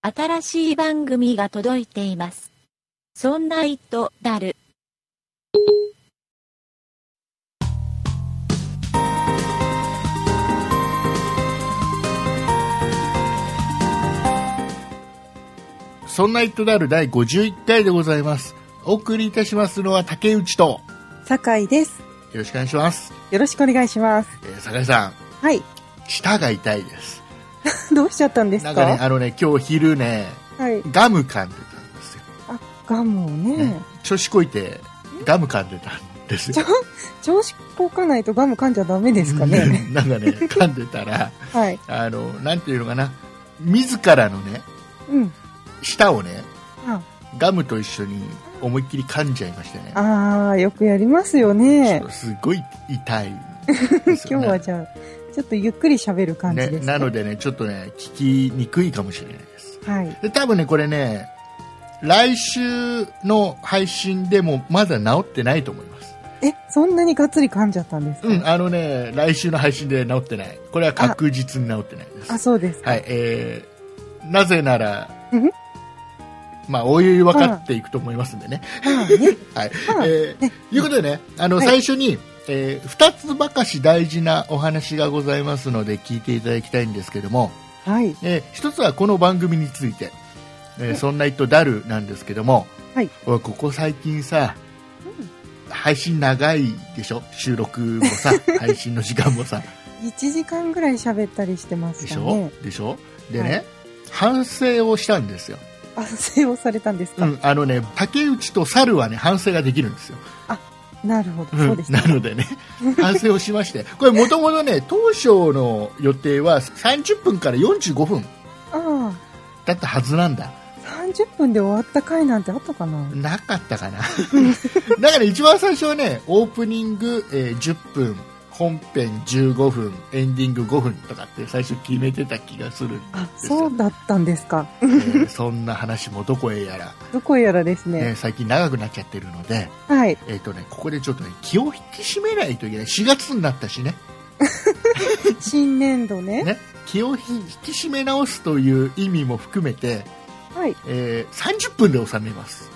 新しい番組が届いています。そんな糸だる。そんな糸である第51回でございます。お送りいたしますのは竹内と、よ酒井です。ろしくお願いします。よろしくお願いします。えー、酒井さん、はい。舌が痛いです。 どうしちゃったんですなかんかね、あのね、今日昼ね、はい。ガム噛んでたんですよ。ガムをね、ね調子こいて、ガム噛んでたんですよちょ。 調子こかないとガム噛んじゃダメですかね。なんかね、噛んでたら、 はい。あの、なんていうのかな、自らのね、うん。舌をね、あガムと一緒に思いっきり噛んじゃいましてね。あー、よくやりますよちょっねと。すごい痛いですよ 今ね、日はじゃあ、ちょっとゆっくり喋る感じねですなのでね、ちょっとね、聞きにくいかもしれないです。はい。で、多分ね、これね、来週の配信でもまだ治ってないと思います。え、そんなにがっつり噛んじゃったんですか、うん、あのね、来週の配信で治ってない。これは確実に治ってないですあ、。そうですか。はい、えー、なぜならうん、まあ、おいおい分かっていくと思いますんでね。まあね。 はい。まあえーねいうことでね、あの、はい最初に、えー二つばかし大事なお話がございますので、聞いていただきたいんですけども、はい。えー一つはこの番組について、えーそんな人だるなんですけども、はいおいここ最近さ、配信長いでしょ収録もさ、 配信の時間もさ。 1時間ぐらい喋ったりしてまでししたょね。でしょでね、はい反省をしたんですよ。反省をされたんですうか、ん、あのね、竹内と猿はね、反省ができるんですよ。なるほど。うんそうでしたな。の でね、反省をしまして、これもともとね、当初の予定は30分から45分あだったはずなんだ。あ、30分で終わった回なんてあったかななかったかな。 だから一番最初はね、オープニング、えー10分、本編15分、エンディング5分とかって最初決めてた気がするんあ、ですよ。そうだったんですか。えーそんな話もどこへやら、どこやらですね。ね、最近長くなっちゃってるので、はい。えっ、とね、ここでちょっとね、気を引き締めないといけない。4月になったしね。新年度ね。ね、気を引き締め直すという意味も含めて、はい。えー30分で収めます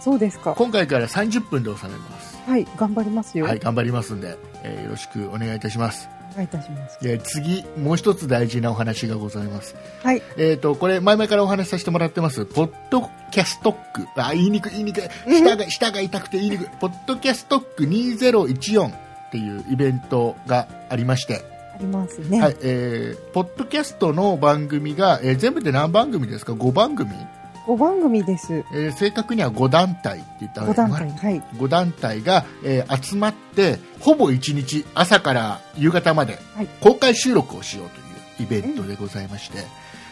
そうですか。今回から30分で収めますはい。頑張りますよ。はい頑張りますんで、えーよろしくお願いいたします、お願いいたします。えー次もう一つ大事なお話がございますはい。えっ、とこれ前々からお話しさせてもらってますポッドキャストックあ言いにくい言いにくい舌が舌が痛くて言いにくいポッドキャストック2014っていうイベントがありまして、ありますね。はいえーポッドキャストの番組が、えー全部で何番組ですか5番組、 5番組です。えー正確には5団体って言ったらい5いの団か体。なはい。 5団体が、えー集まってほぼ1日朝から夕方まではい公開収録をしようというイベントでございまして、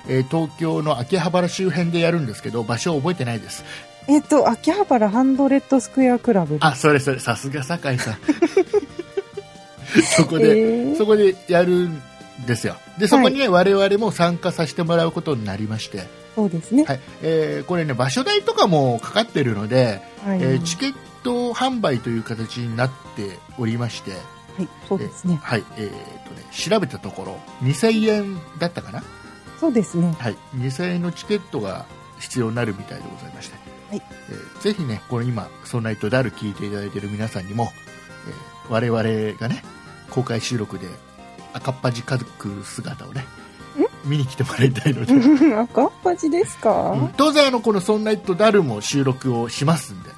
えー東京の秋葉原周辺でやるんですけど場所を覚えてないですえっと、秋葉原ハンドレッドスクエアクラブ。あそれそれさすが酒井さん そこえで、ーそこでやるんですよでそこにね、我々も参加させてもらうことになりまして、そうですね。はいえーこれね場所代とかもかかってるので、はい。えーチケット販売という形になっておりまして、はい。そうですね。はいえーっとね、調べたところ2000円だったかな、そうですね。 はい、2000円のチケットが必要になるみたいでございまして、はいえーぜひねこれ今「そんな人だる」聞いていただいている皆さんにも、えー我々がね公開収録で赤っ端家族姿をね見に来てもらいたいので、うん赤っ端ですか、当然あのこの「そんな人だる」も収録をしますんで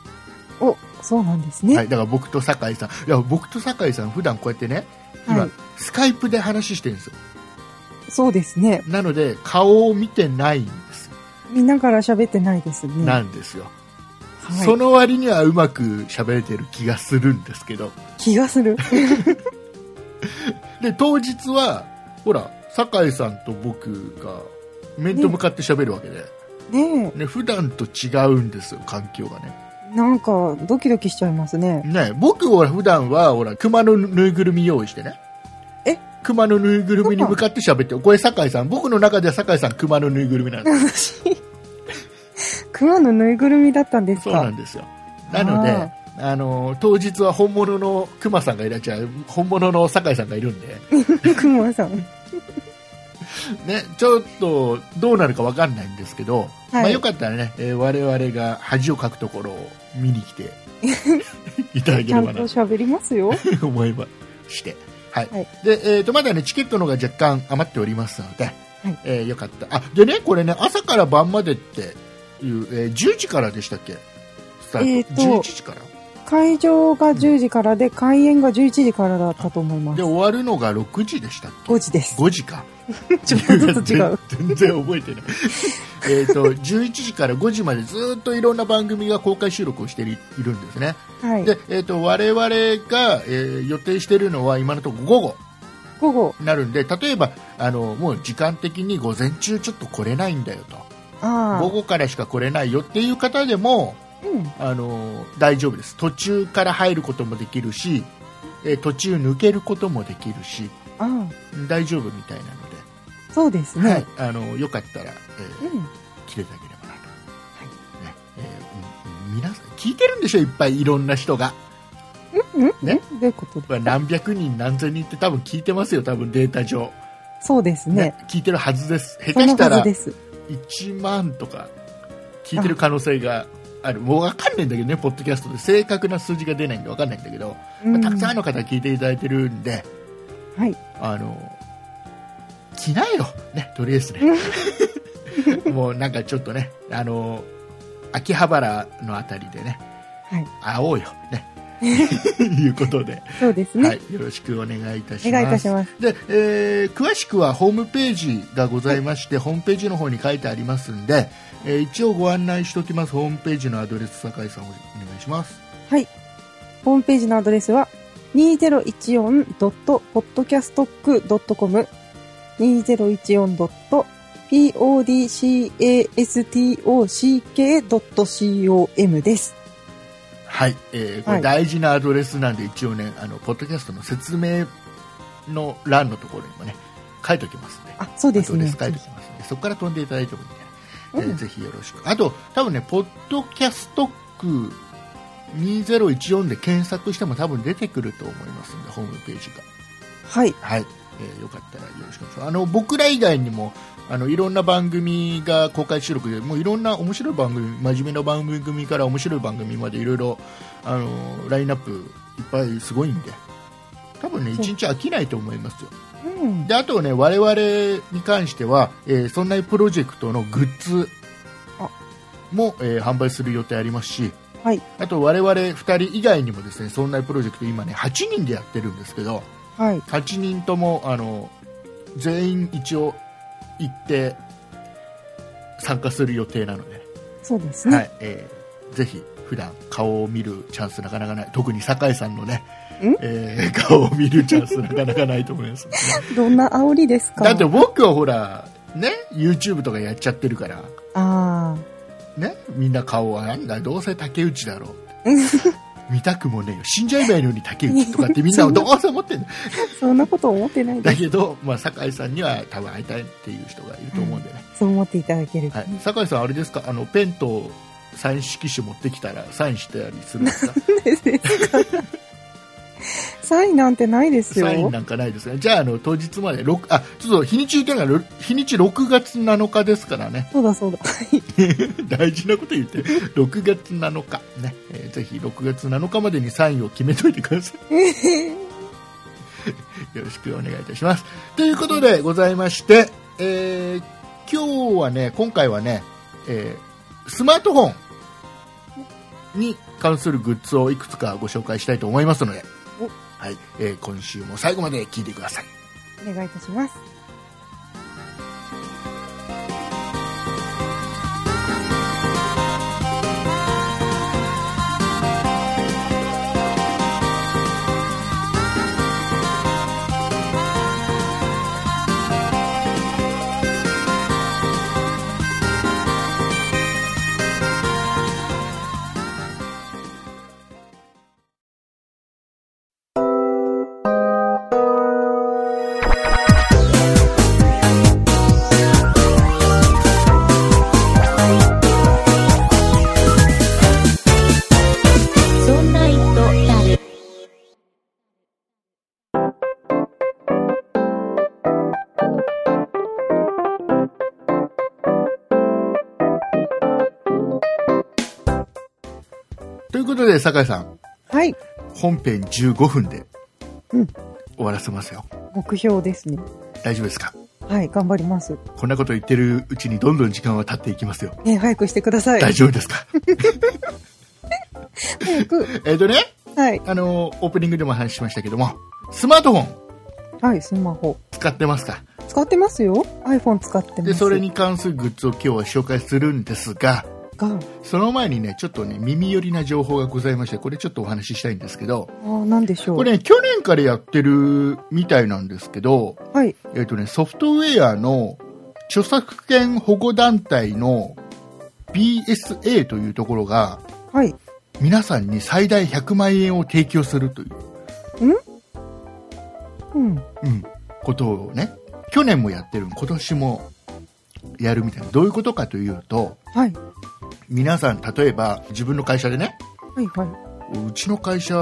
お、そうなんですね。はい、だから僕と酒井さん、いや僕と酒井さん、普段こうやってね、今、はいスカイプで話してるんですよ、そうですね。なので、顔を見てないんですよ、見ながら喋ってないですね。なはんですよ、そい。の割にはうまく喋れてる気がするんですけど、気がする。で当日は、ほら、酒井さんと僕が面と向かって喋るわけで、ねね普段と違うんですよ、環境がね。え。なんか、ドキドキしちゃいますね。ね僕は普段はほら熊のぬいぐるみ用意してねえ熊のぬいぐるみに向かって喋ってこれ酒井さん僕の中では酒井さん熊のぬいぐるみなんです 私、熊のぬいぐるみだったんですそうなかんですよなのでああの当日は本物の熊さんがいらっしゃる本物の酒井さんがいるんで熊さん。ね、ちょっとどうなるかわかんないんですけど、はいまあ、よかったらね、えー我々が恥をかくところを見に 来ていただけちれゃんばとな喋りますよ。と思いまして、はいはいでえー、とまだねチケットの方が若干余っておりますので、いえーよかったあでねこれね朝から晩までっていう、えー10時からでしたっけスタート、えーと11時から会場が10時からで、開演が11時からだったと思いま。です終わるのが6時でしたっけ5時です。 5時か ちょっとずつ違う。 全然覚えてない えっと11時から5時までずっといろんな番組が公開収録をしているんですね、はい。で、えっと我々が、えー予定しているのは今のところ午後午後。になるんで例えばあのもう時間的に午前中ちょっと来れないんだよとあ午後からしか来れないよっていう方でもあ。うん。あの大丈夫です途中から入ることもできるし、えー途中抜けることもできるしあ大丈夫みたいなのであ。そうですね。はい、あのよかったら、えーうん。来ていただければなと、ねえーうんうん皆さん聞いてるんでしょいっぱいいろんな人がうんねどういうことまあ何百人何千人って多分聞いてますよ多分データ上、そうですね。聞いてるはずです下そ手のしたはずらです。 1万とか聞いてる可能性があるもう分かんないんだけどねポッドキャストで正確な数字が出ないんで分かんないんだけど、まあたくさんの。の方聞いていただいてるんではい。あの着なよ、ね、とりあえず ねもうなんかちょっとねあの秋葉原のあたりでねはい。会おうよ、 ね、いうことで、そうですね。はい、よろしくお願いいたしますお願いいたしますで、えー詳しくはホームページがございまして、ホームページの方に書いてありますんで、えー一応ご案内しておきますホームページのアドレス酒井さんお願いしますはい。ホームページのアドレスは、2014.podcasttalk.com 2014.podcasttalk.com です。はい、えーこはれい大事なアドレスなんで、一応ねあのポッドキャストの説明の欄のところにもね書いておきますねあ、そうですアドレねス。書いておきますんでそこから飛んでいただいてもいいんで、えーうんぜひよろしくあと多分ねポッドキャスト区2014で検索しても多分出てくると思いますんでホームページがはい。はい、えーよかったらよろしくお願いしますあの僕ら以外にもあのいろんな番組が公開収録でもういろんな面白い番組真面目な番組から面白い番組までいろいろあのラインナップいっぱいすごいんで多分ね一日飽きないと思いますようん。であとね我々に関しては、えーそんなプロジェクトのグッズあも、えー販売する予定ありますしはい。あと我々2人以外にもですねそんなプロジェクト今ね8人でやってるんですけどはい。 8人ともあの全員一応行って参加する予定なので、そうですはね。いえーぜひ普段顔を見るチャンスなかなかない特に酒井さんのねん、えー顔を見るチャンスなかなかないと思い ます、どんな煽りですかだって僕はほら、ね、YouTube とかやっちゃってるから、ああ。ね、みんな顔はなんだ、どうせ竹内だろう って。見たくもねえよ。死んじゃえばいいのに竹内とかってみんなどうせ思ってんだ。そんなこと思ってないでだす。けど、 まあ、酒井さんには多分会いたいっていう人がいると思うんでね。そう思っていただけるとはい。酒井さん、あれですか、あの、ペンとサイン色紙持ってきたらサインしてたりするんですかですかサインなんてないですよ。サインなんかないですね。じゃあ、あの、当日まで、六あ、ちょっと日にち言ってるのが、日にち6月7日ですからね。 そうだそうだ。はい。大事なこと言って6月7日ね、えーぜひ6月7日までにサインを決めといてくださいよろしくお願いいたしますということでございまして、えー今日はね今回はね、えースマートフォンに関するグッズをいくつかご紹介したいと思いますのでお、はいえー今週も最後まで聞いてくださいお願いいたします。 「ということで、酒井さん、はい。本編15分で、うん終わらせますよ。目標ですね。大丈夫ですかはい。頑張ります。こんなこと言ってるうちにどんどん時間は経っていきますよ。ね、早くしてください。大丈夫ですか 早く。えっとね、はい。あのーオープニングでも話しましたけども、スマートフォンはい、スマホ。使ってますか使ってますよ。iPhone 使ってます。で、それに関するグッズを今日は紹介するんですが、が、その前にね、ちょっとね、耳寄りな情報がございまして、これちょっとお話ししたいんですけど、ああ、なんでしょう。これね、去年からやってるみたいなんですけど、はい。えっ、とね、ソフトウェアの著作権保護団体の BSA というところが、はい。皆さんに最大100万円を提供するという、うん。うん、ことをね、去年もやってる、今年もやるみたいな。どういうことかというと、はい。皆さん、例えば自分の会社でね、はい、はうちの会社、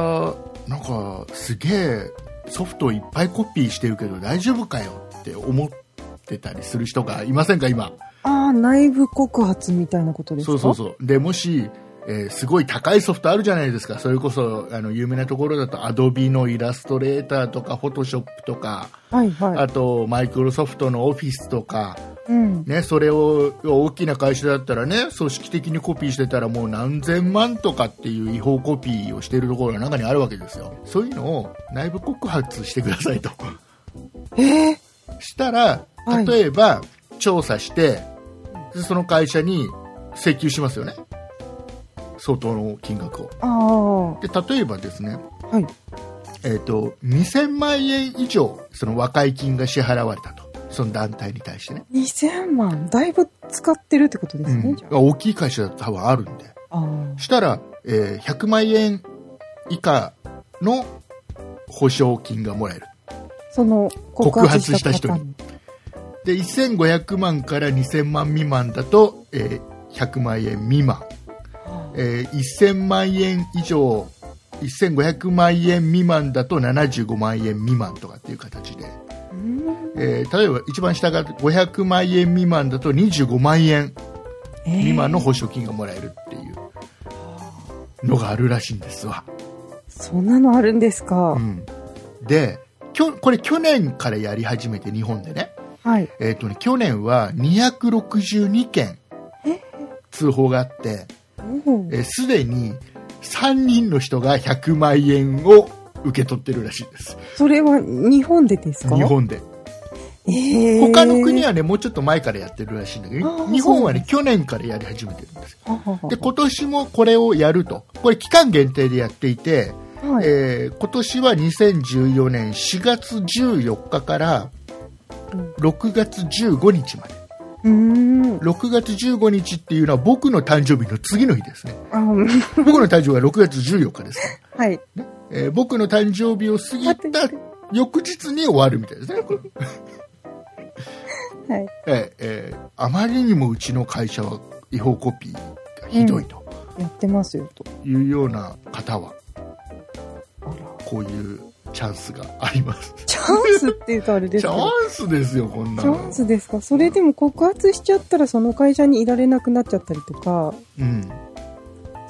なんかすげえソフトいっぱいコピーしてるけど大丈夫かよって思ってたりする人がいませんか、今。い。ああ、内部告発みたいなことですかそうそうそう。で、もし、えーすごい高いソフトあるじゃないですか。それこそ、あの、有名なところだと、アドビのイラストレーターとか、フォトショップとか、う。はい、はあと、マイクロソフトのオフィスとか、い。うん。ね、それを、大きな会社だったらね、組織的にコピーしてたら、もう何千万とかっていう違法コピーをしているところが中にあるわけですよ。そういうのを内部告発してくださいと。 ええしたらはい、例えば、調査して、でその会社に請求しますよね。相当の金額を。ああ、はで、例えばですね、い。えっ、と、2000万円以上、その和解金が支払われたと。その団体に対してね。 2000万。だいぶ使ってるってことでうすね、んじゃ。大きい会社だと多分あるんで。あ。ああ。したら、えー100万円以下の保証金がもらえる。その、告発した人にに。で、1500万から2000万未満だと、えー100万円未満。あえー1000万円以上1500万円未満だと75万円未満とかっていう形で、あうんえー例えば一番下が500万円未満だと25万円ええ未満の保証金がもらえるっていうのがあるらしいんですわ、そんなのあるんですか。うん、できょこれ去年からやり始めて日本でね,、はい。えーとね去年は262件え通報があっておおえーすでに3人の人が100万円を受け取ってるらしいですそれは日本でですか日本でええ他の国はねもうちょっと前からやってるらしいんだけあどー日本はねそ去年からやり始めてるんですよはははで今年もこれをやるとこれ期間限定でやっていて、はいえー今年は2014年4月14日からうん6月15日までうーん。 6月15日っていうのは僕の誕生日の次の日です ねあうん僕の誕生日は6月14日ですからはい。えー僕の誕生日を過ぎた翌日に終わるみたいですね。これはい。えーえーあまりにもうちの会社は違法コピーがひどいとやってますよと。いうような方は、あら。こういうチャンスがあります。チャンスっていうとあれでチすけャど。ンスですよ、こんなチャのン。スですかそれでも告発しちゃったらその会社にいられなくなっちゃったりとか、うん。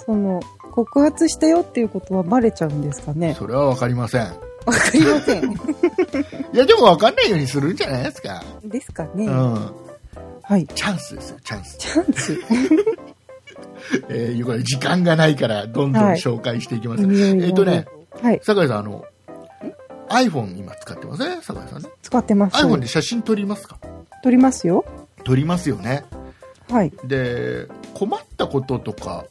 その、告発したよっていうことはバレちゃうんですかねそれはわかりません。わかりません。 いや、でもわかんないようにするんじゃないですか。ですかね、うん。はい。チャンスですよ、チャンス。チャンス。えーいうことで、時間がないから、どんどんはい紹介していきます。耳寄りなえっとね、はい。酒井さん、あの、iPhone 今使ってますね、酒井さんね。使ってます。 iPhone で写真撮りますか撮りますよ。撮りますよねはい。で困ったこととか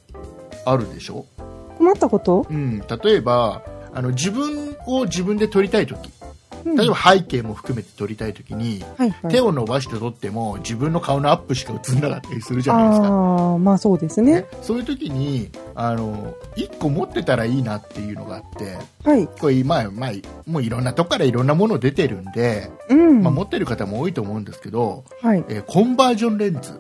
あるでしょ、困ったこと、うん、例えばあの自分を自分で撮りたい時うん、例えば背景も含めて撮りたい時に、はいはい。手を伸ばして撮っても自分の顔のアップしか映んなかったりするじゃないですか、ああ、まあそうですねね。、そういう時にあの1個持ってたらいいなっていうのがあってはい。これ今、まあ、もういろんなとこからいろんなもの出てるんで、うん。まあ、持ってる方も多いと思うんですけど、はい。えーコンバージョンレンズ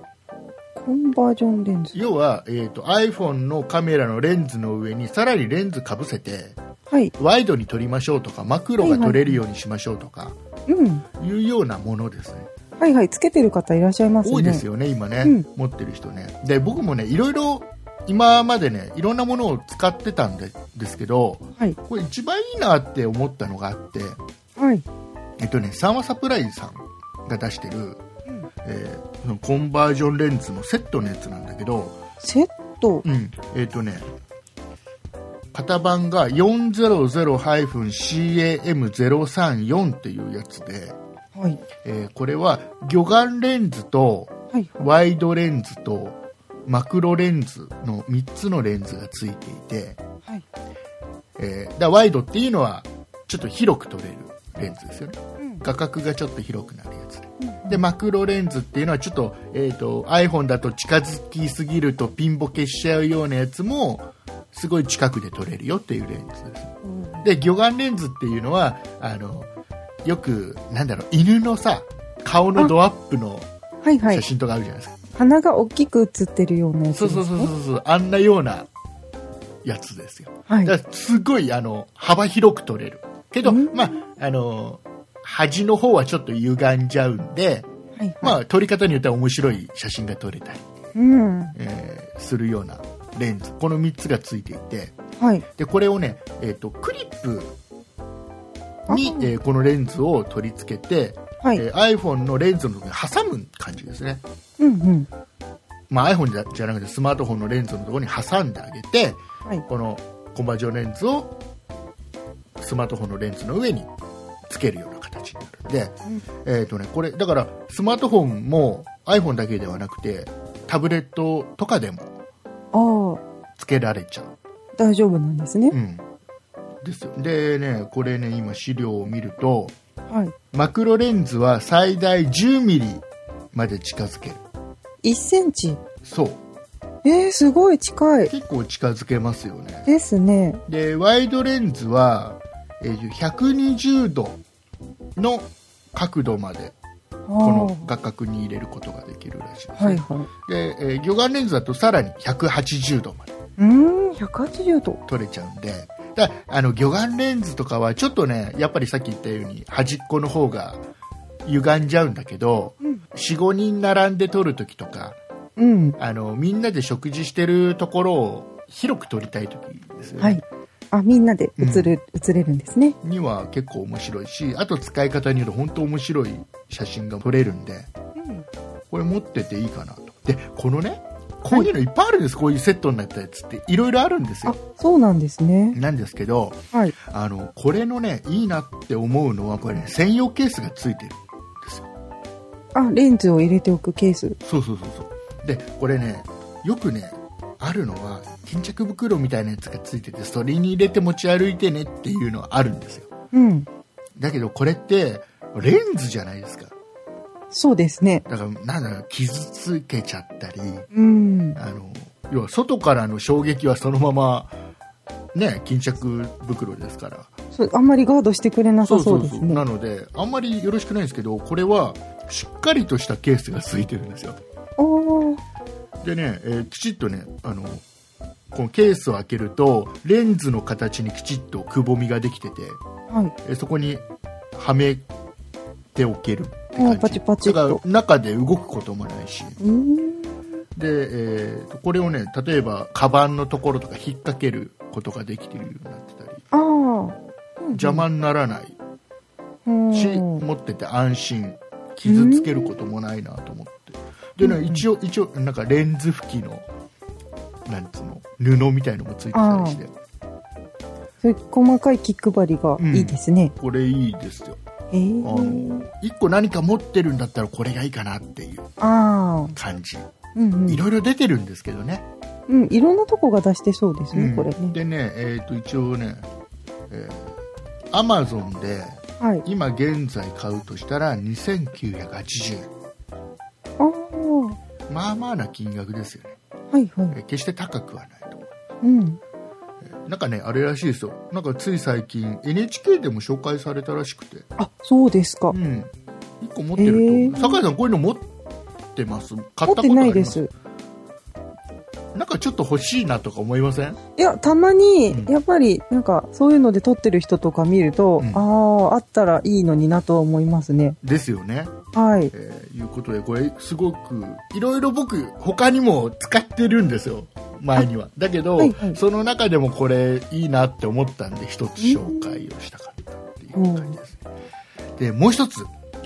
コンバージョンレンズ。要は、えー、と iPhone のカメラのレンズの上にさらにレンズかぶせてはい。ワイドに撮りましょうとかマクロが撮れるようにしましょうとかうん。いうようなものですねはいはい。つけてる方いらっしゃいますね。多いですよね今ね、うん持ってる人ねで僕もねいろいろ今までねいろんなものを使ってたんでですけど、はいこれ一番いいなって思ったのがあって、はい。えっとね、サーマサプライズさんが出してる、うんえーそのコンバージョンレンズのセットのやつなんだけど、セット。うんえっとね型番が 400-CAM034 っていうやつで、はい。えーこれは魚眼レンズとはい。ワイドレンズとマクロレンズの3つのレンズがついていて、はい。えーだからワイドっていうのはちょっと広く撮れるレンズですよねうん。画角がちょっと広くなるやつでうんでマクロレンズっていうのはちょっと,、えー、と iPhone だと近づきすぎるとピンボケしちゃうようなやつもすごい近くで撮れるよっていうレンズですうんで魚眼レンズっていうのはあのよくなんだろう犬のさ顔のドアップのはいは写い。真とかあるじゃないですか、鼻が大きく写ってるようなやつそうですそね。うそうそうそうあんなようなやつですよはい。だからすごいあの幅広く取れるけど、うんまあ、あの端の方はちょっと歪んじゃうんで、はい。まあ、撮り方によっては面白い写真が撮れたり、うん。はえーするようなレンズこの3つがついていてい。でこれをね、えー、とクリップにあ、えーこのレンズを取り付けて、はい。えー iPhone のレンズのとこに挟む感じですね、うんうん。まあ、iPhone じゃじゃなくてスマートフォンのレンズのところに挟んであげてはい。このコンバージョンレンズをスマートフォンのレンズの上につけるような形になるんで、うんえーとね、これだからスマートフォンも iPhone だけではなくてタブレットとかでもあつけられちゃう、あ、大丈夫なんですねう。ん、ですよでねこれね今資料を見るとはい。マクロレンズは最大 10mm まで近づける1センチ。そうえー、すごい近い。結構近づけますよねですね。でワイドレンズは、えー120度の角度までああ。この画角に入れることができるらしいです、はいねはでえー魚眼レンズだとさらに180度までい。うーん、180度。撮れちゃうんでだあの魚眼レンズとかはちょっとねやっぱりさっき言ったように端っこの方が歪んじゃうんだけどうん。 45人並んで撮るときとかうん。あのみんなで食事してるところを広く撮りたいときですよね、はい。あ、みんなで映る、映れるんですね。には結構面白いしあと使い方によると本当面白い写真が撮れるんでうん。これ持ってていいかなとでこのねこういうのいっぱいあるんです、こういうセットになったやつっていろいろあるんですあよ、そうなんですね。なんですけどはい。あのこれのねいいなって思うのはこれね専用ケースがついてるんですよあ、レンズを入れておくケース。そうそうそうそうでこれねよくねあるのは巾着袋みたいなやつがついててそれに入れて持ち歩いてねっていうのはあるんですようん。だけどこれってレンズじゃないですかそうですね。だからなんだろう傷つけちゃったりうん。あの要は外からの衝撃はそのまま、ね、巾着袋ですからそう、あんまりガードしてくれなさそうですね。なのであんまりよろしくないんですけどこれはしっかりとしたケースがついてるんですよおーでね、えーきちっとねあのこのケースを開けるとレンズの形にきちっとくぼみができててはい。えーそこにはめておけるってあ感ーじパチパチっだとから中で動くこともないしうーん。で、えーこれをね例えばカバンのところとか引っ掛けることができてるようになってたりああ。邪魔にならないうん。し、持ってて安心傷つけることもないなと思ってでね一応一応なんかレンズ拭きのなんつうの布みたいのもついてたりしてそういう細かい気配りがいいですね。これいいですよええあの一個何か持ってるんだったらこれがいいかなっていうああ。感じうんうん。いろいろ出てるんですけどね、うん、いろんなとこが出してそうですね、うんこれね。でねえっ、と一応ねえー Amazon ではい。今現在買うとしたら2980円ああ。はまあまあな金額ですよねいえはい。ー決して高くはないと思ううん。なんかねあれらしいですよなんかつい最近 NHK でも紹介されたらしくてあ、そうですかう。ん1個持ってると思う、へー酒井さんこういうの持ってます買った持こっとあてりまなすいです。なんかちょっと欲しいなとか思いませんいや、たまにうん、やっぱり、なんか、そういうので撮ってる人とか見るとう、んああ、あったらいいのになとは思いますね。ですよねはい。えーいうことでこれすごくいろいろ僕他にも使ってるんですよ前にはだけど、はいはいその中でもこれいいなって思ったんで一つ紹介をしたかったっていう感じです、でもう一つ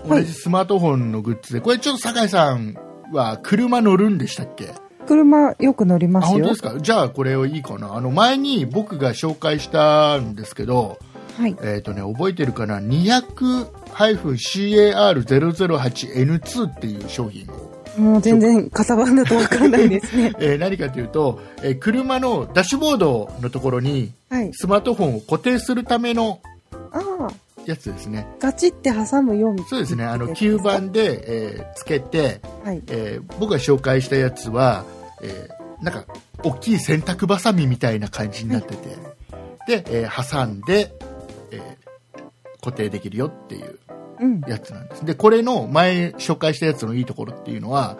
同じスマートフォンのグッズでこれちょっと酒井さんは車乗るんでしたっけ車よく乗りまあす本当よです。かじゃあこれをいいかなあの前に僕が紹介したんですけど、はい。えっ、とね、覚えてるかな 200-CAR008N2 っていう商品を、。もう全然、かさばんだとわからないですね えー何かというと、えー車のダッシュボードのところにはい。スマートフォンを固定するためのああ、やつですね。ガチって挟むよみたいな。そうですね。あの、やつ吸。盤で、えーつけて、はい。えー僕が紹介したやつは、えーなんか、大きい洗濯バサミみたいな感じになってて、で、えー挟んで、えー固定できるよっていううん。やつなんです。で、これの前紹介したやつのいいところっていうのは、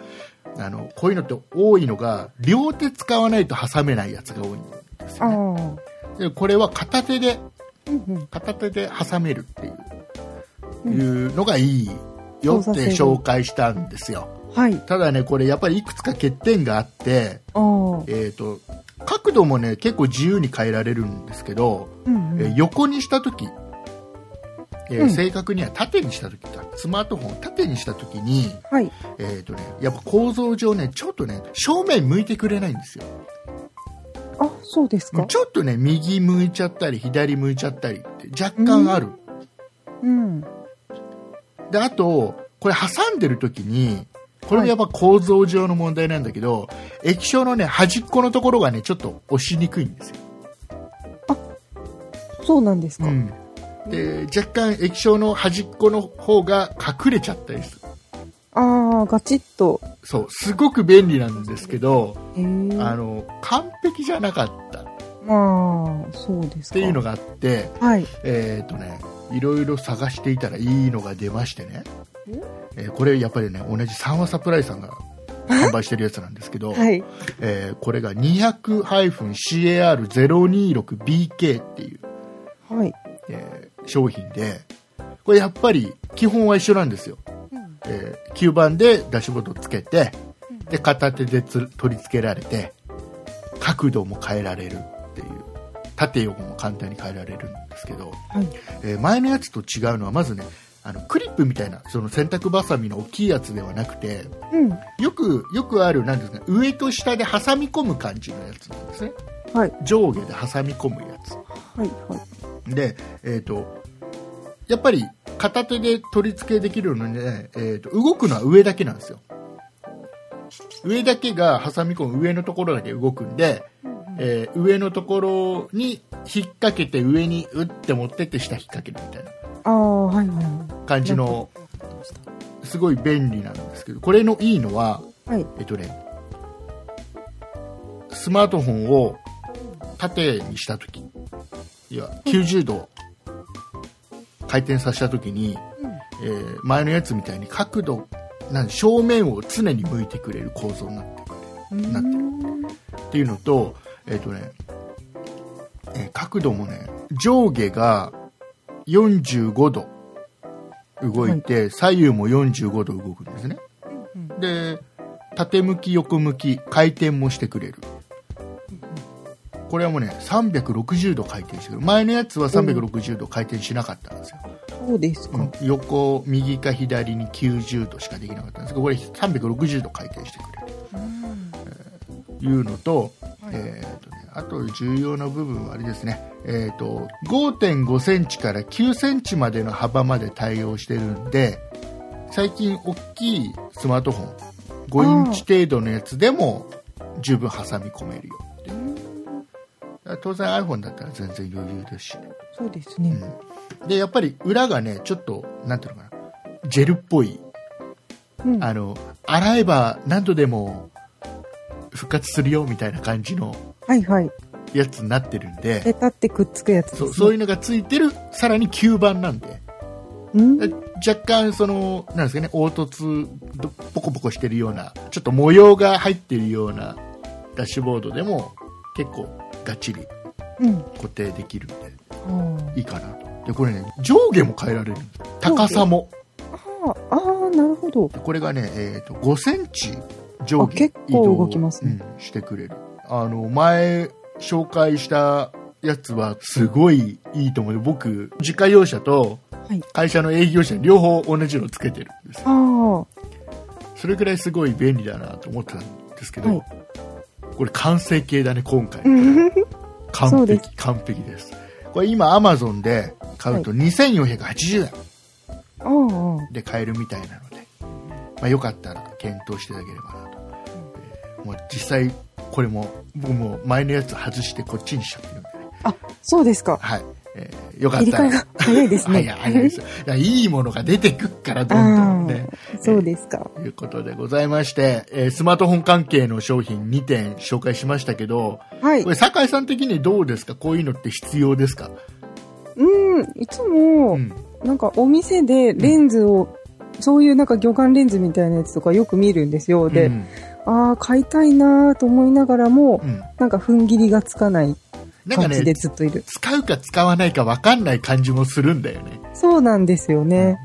あの、こういうのって多いのが、両手使わないと挟めないやつが多いんですああよね。。で、これは片手で、うんうん。片手で挟めるっていう、うんいうのがいいよって操作性紹介したんですよ。はい。ただね、これやっぱりいくつか欠点があって、ああ。うんえっ、と、角度もね、結構自由に変えられるんですけど、うん。えー横にした時、えーうん正確には縦にした時かスマートフォンを縦にした時に、はい。えーとね、やっぱ構造上ねちょっとね正面向いてくれないんですよあ、そうですか。ちょっとね右向いちゃったり左向いちゃったりって若干ある、うん。であとこれ挟んでる時にこれもやっぱ構造上の問題なんだけど、液晶のね端っこのところがねちょっと押しにくいんですよ、そうなんですか。で若干液晶の端っこの方が隠れちゃったりするああ、ガチっと。そうすごく便利なんですけど、へえ。あまの完璧じゃなかったっあ、そうですか。ていうのがあって、はい。えーとね、いろいろ探していたらいいのが出ましてねん、えーこれやっぱりね同じ三和サプライズさん が販売してるやつなんですけど、はい。えーこれが 200-CAR026BK っていう、はい。えー商品でこれやっぱり基本は一緒なんですよ、うんえー吸盤でダッシュボードつけてで片手でつ取り付けられて角度も変えられるっていう縦横も簡単に変えられるんですけど、はい。えー前のやつと違うのはまずねあのクリップみたいなその洗濯バサミの大きいやつではなくてうん。よくよくあるなんですか上と下で挟み込む感じのやつなんですねはい。上下で挟み込むやつはい。はい。で、えー、とやっぱり片手で取り付けできるので、えー、と動くのは上だけなんですよ上だけが挟み込む上のところだけ動くんで、えー上のところに引っ掛けて上に打って持ってって下引っ掛けるみたいなああ、はい。は。感じのすごい便利なんですけどこれのいいのはいはい。えっとねスマートフォンを縦にした時いや90度回転させた時に、えー前のやつみたいに角度なん正面を常に向いてくれる構造になってくれるなってるっていうのとえっ、とね、えー角度もね上下が45度動いて、左右も45度動くんですね、で縦向き横向き回転もしてくれる、これはもうね360度回転してくれる前のやつは360度回転しなかったんですよ、そうですか。横右か左に90度しかできなかったんですけどこれ360度回転してくれる、えーいうのと,、えーとね、あと重要な部分はあれですね、えー、と5.5センチから9センチまでの幅まで対応してるんで最近大きいスマートフォン5インチ程度のやつでも十分挟み込めるよっていうだから当然 iPhone だったら全然余裕ですしねそうですね。でやっぱり裏がねちょっとなんていうのかなジェルっぽいうん。あの洗えば何度でも復活するよみたいな感じのはいはい。やつになってるんでペタってくっつくやつです、そね。うそういうのがついてるさらに吸盤なんでうん。で若干そのなんですかね凹凸どポコポコしてるようなちょっと模様が入ってるようなダッシュボードでも結構がっちりうん。固定できるんであいいかなとでこれね上下も変えられるんです高さもあああ、なるほど。これがね、えー、と5センチ上あ下結構動きますねうんしてくれるあの、前紹介したやつはすごいいいと思う。僕、自家用車とはい会社の営業車に両方同じのつけてるんですよ。あそれくらいすごい便利だなと思ってたんですけど、はいこれ完成形だね、今回 あ。う。んそ完うで璧、完璧です。これ今 Amazon で買うと2480円ああ。で買えるみたいなので、まあ、よかったら検討していただければなと、えーもう実際これも僕も前のやつ外してこっちにしちゃってるんで、ね、あ、そうですか。はい、えーよかっ切りた替らえが早いです早いね。 早いですいやいいものが出てくっからどんどあんねあ、そうですか。ということでございまして、えースマートフォン関係の商品2点紹介しましたけどはいこ。れ酒井さん的にどうですかこういうのって必要ですか、うん、いつうも、ん、なんかお店でレンズを、そういうなんか魚眼レンズみたいなやつとかよく見るんですよ。で、うんああ、買いたいなーと思いながらも、うんなんか踏ん切りがつかないなんか感じでねずっといる。使うか使わないか分かんない感じもするんだよねそうなんですよね。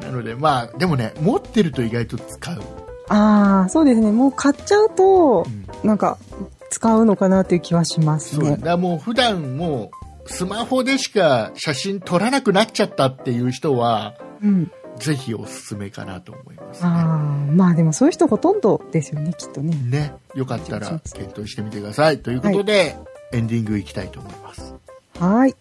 なのでまあでもね持ってると意外と使う、ああ、そうですね。もう買っちゃうとう、んなんか使うのかなという気はしますそうだねか。らもう普段もうスマホでしか写真撮らなくなっちゃったっていう人はうん。ぜひおすすめかなと思いますねああ、まあでもそういう人ほとんどですよね、きっとね。ねよかったら検討してみてくださいということで、エンディングいきたいと思いますはい。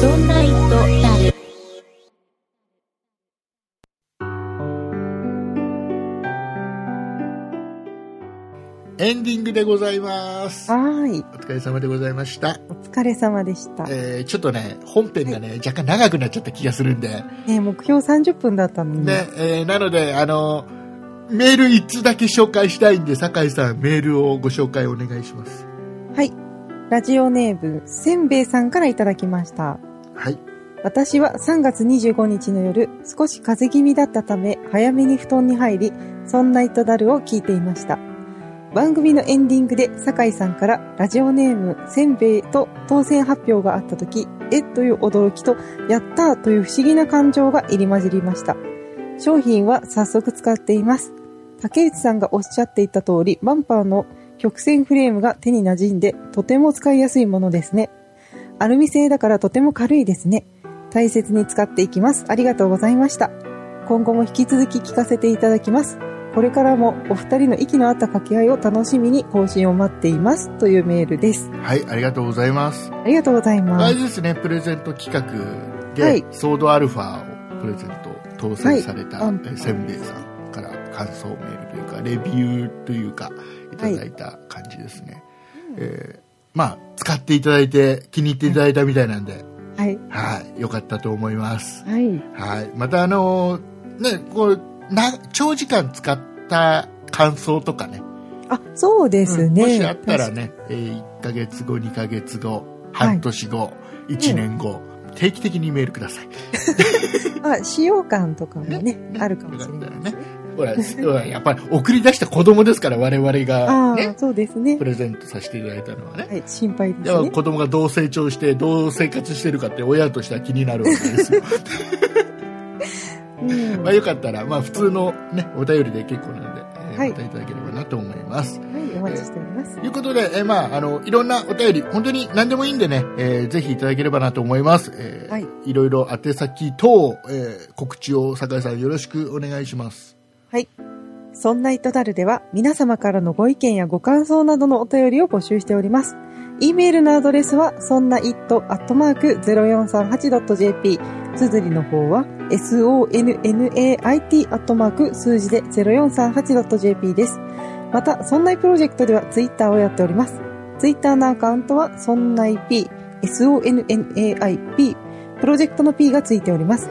そんな糸だる。エンディングでございますはい。お疲れ様でございました、お疲れ様でした。えーちょっとね本編がね若干長くなっちゃった気がするんでね、目標30分だったのに。ねえーなのであのメール1通だけ紹介したいんで酒井さんメールをご紹介お願いしますはい。ラジオネーム、せんべいさんからいただきました。はい私は3月25日の夜、少し風邪気味だったため、早めに布団に入り、そんな糸だるを聞いていました。番組のエンディングで、酒井さんから、ラジオネーム、せんべいと当選発表があった時、えっという驚きと、やったーという不思議な感情が入り混じりました。商品は早速使っています。竹内さんがおっしゃっていた通り、バンパーの曲線フレームが手に馴染んで、とても使いやすいものですね。アルミ製だからとても軽いですね。大切に使っていきます。ありがとうございました。今後も引き続き聞かせていただきます。これからもお二人の息の合った掛け合いを楽しみに更新を待っています。というメールです。はいありがとうございます、ありがとうございまあす。れですねプレゼント企画で、はいソードアルファをプレゼント当選された、はいえーせんべいさんから感想メールというかレビューというかいただいた感じですね、えーまあ使っていただいて気に入っていただいたみたいなんで、はい。はいよかったと思いますはい。はい、またあのーねこうな長時間使った感想とかねあ、そうですうんね。もしあったらね、えー1ヶ月後2ヶ月後半年後、1年後、定期的にメールください確かに。あ、使用感とかもね、あるかもしれない。ねほらすほらやっぱり送り出した子供ですから我々あが、あ、ね、そうですねプ。レゼントさせていただいたのはね、はい、心配でではすね。子供がどう成長してどう生活してるかって親としては気になるわけですようんまあはい、よかったら、まあ、普通の、ね、お便りで結構なんで、えーはいまたいただければなと思いますお待ちしておりますと。いうことで、えーまあ、あの、いろんなお便り、本当に何でもいいんでね、えーぜひいただければなと思います。えーはいい。ろいろ宛先等、えー告知を酒井さんよろしくお願いします。そんな糸だるでは皆様からのご意見やご感想などのお便りを募集しております。e メールのアドレスは、そんな it.0438.jp。綴りの方は、sonnait. 数字で 0438.jp です。また、そんないプロジェクトではツイッターをやっております。ツイッターのアカウントは、そんない p、sonnaip。プロジェクトの p がついております。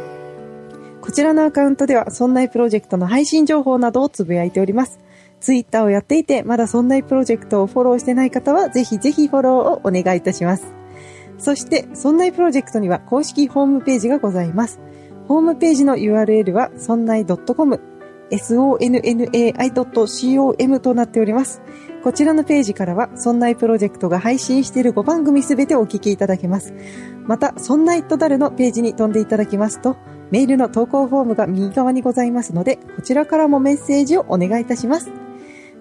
こちらのアカウントでは、そんないプロジェクトの配信情報などをつぶやいております。ツイッターをやっていて、まだそんないプロジェクトをフォローしてない方は、ぜひぜひフォローをお願いいたします。そして、そんないプロジェクトには公式ホームページがございます。ホームページの URL は、そんない .com、sonnai.com となっております。こちらのページからは、そんないプロジェクトが配信している5番組すべてお聞きいただけます。また、そんないとだるのページに飛んでいただきますと、メールの投稿フォームが右側にございますので、こちらからもメッセージをお願いいたします。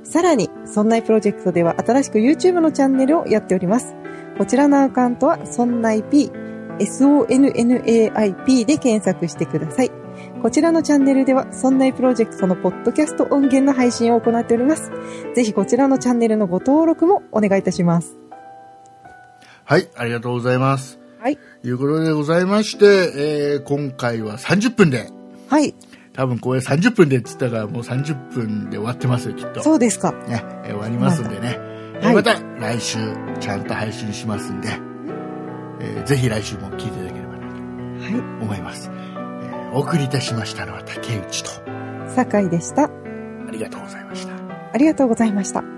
さらに、そんないプロジェクトでは新しく YouTube のチャンネルをやっております。こちらのアカウントは、そんない P、sonnaip で検索してください。こちらのチャンネルでは、そんないプロジェクトのポッドキャスト音源の配信を行っております。ぜひこちらのチャンネルのご登録もお願いいたします。はい、ありがとうございます。はい。ということでございまして、えー今回は30分で、はい。多分これ30分でって言ったからもう30分で終わってますよ、きっと。そうですか。ね、えー終わりますんでね。えーはいまた来週ちゃんと配信しますんで、えーぜひ来週も聞いていただければなはと思います。えーお送りいたしましたのは竹内と、い。酒井でした。ありがとうございました。ありがとうございました。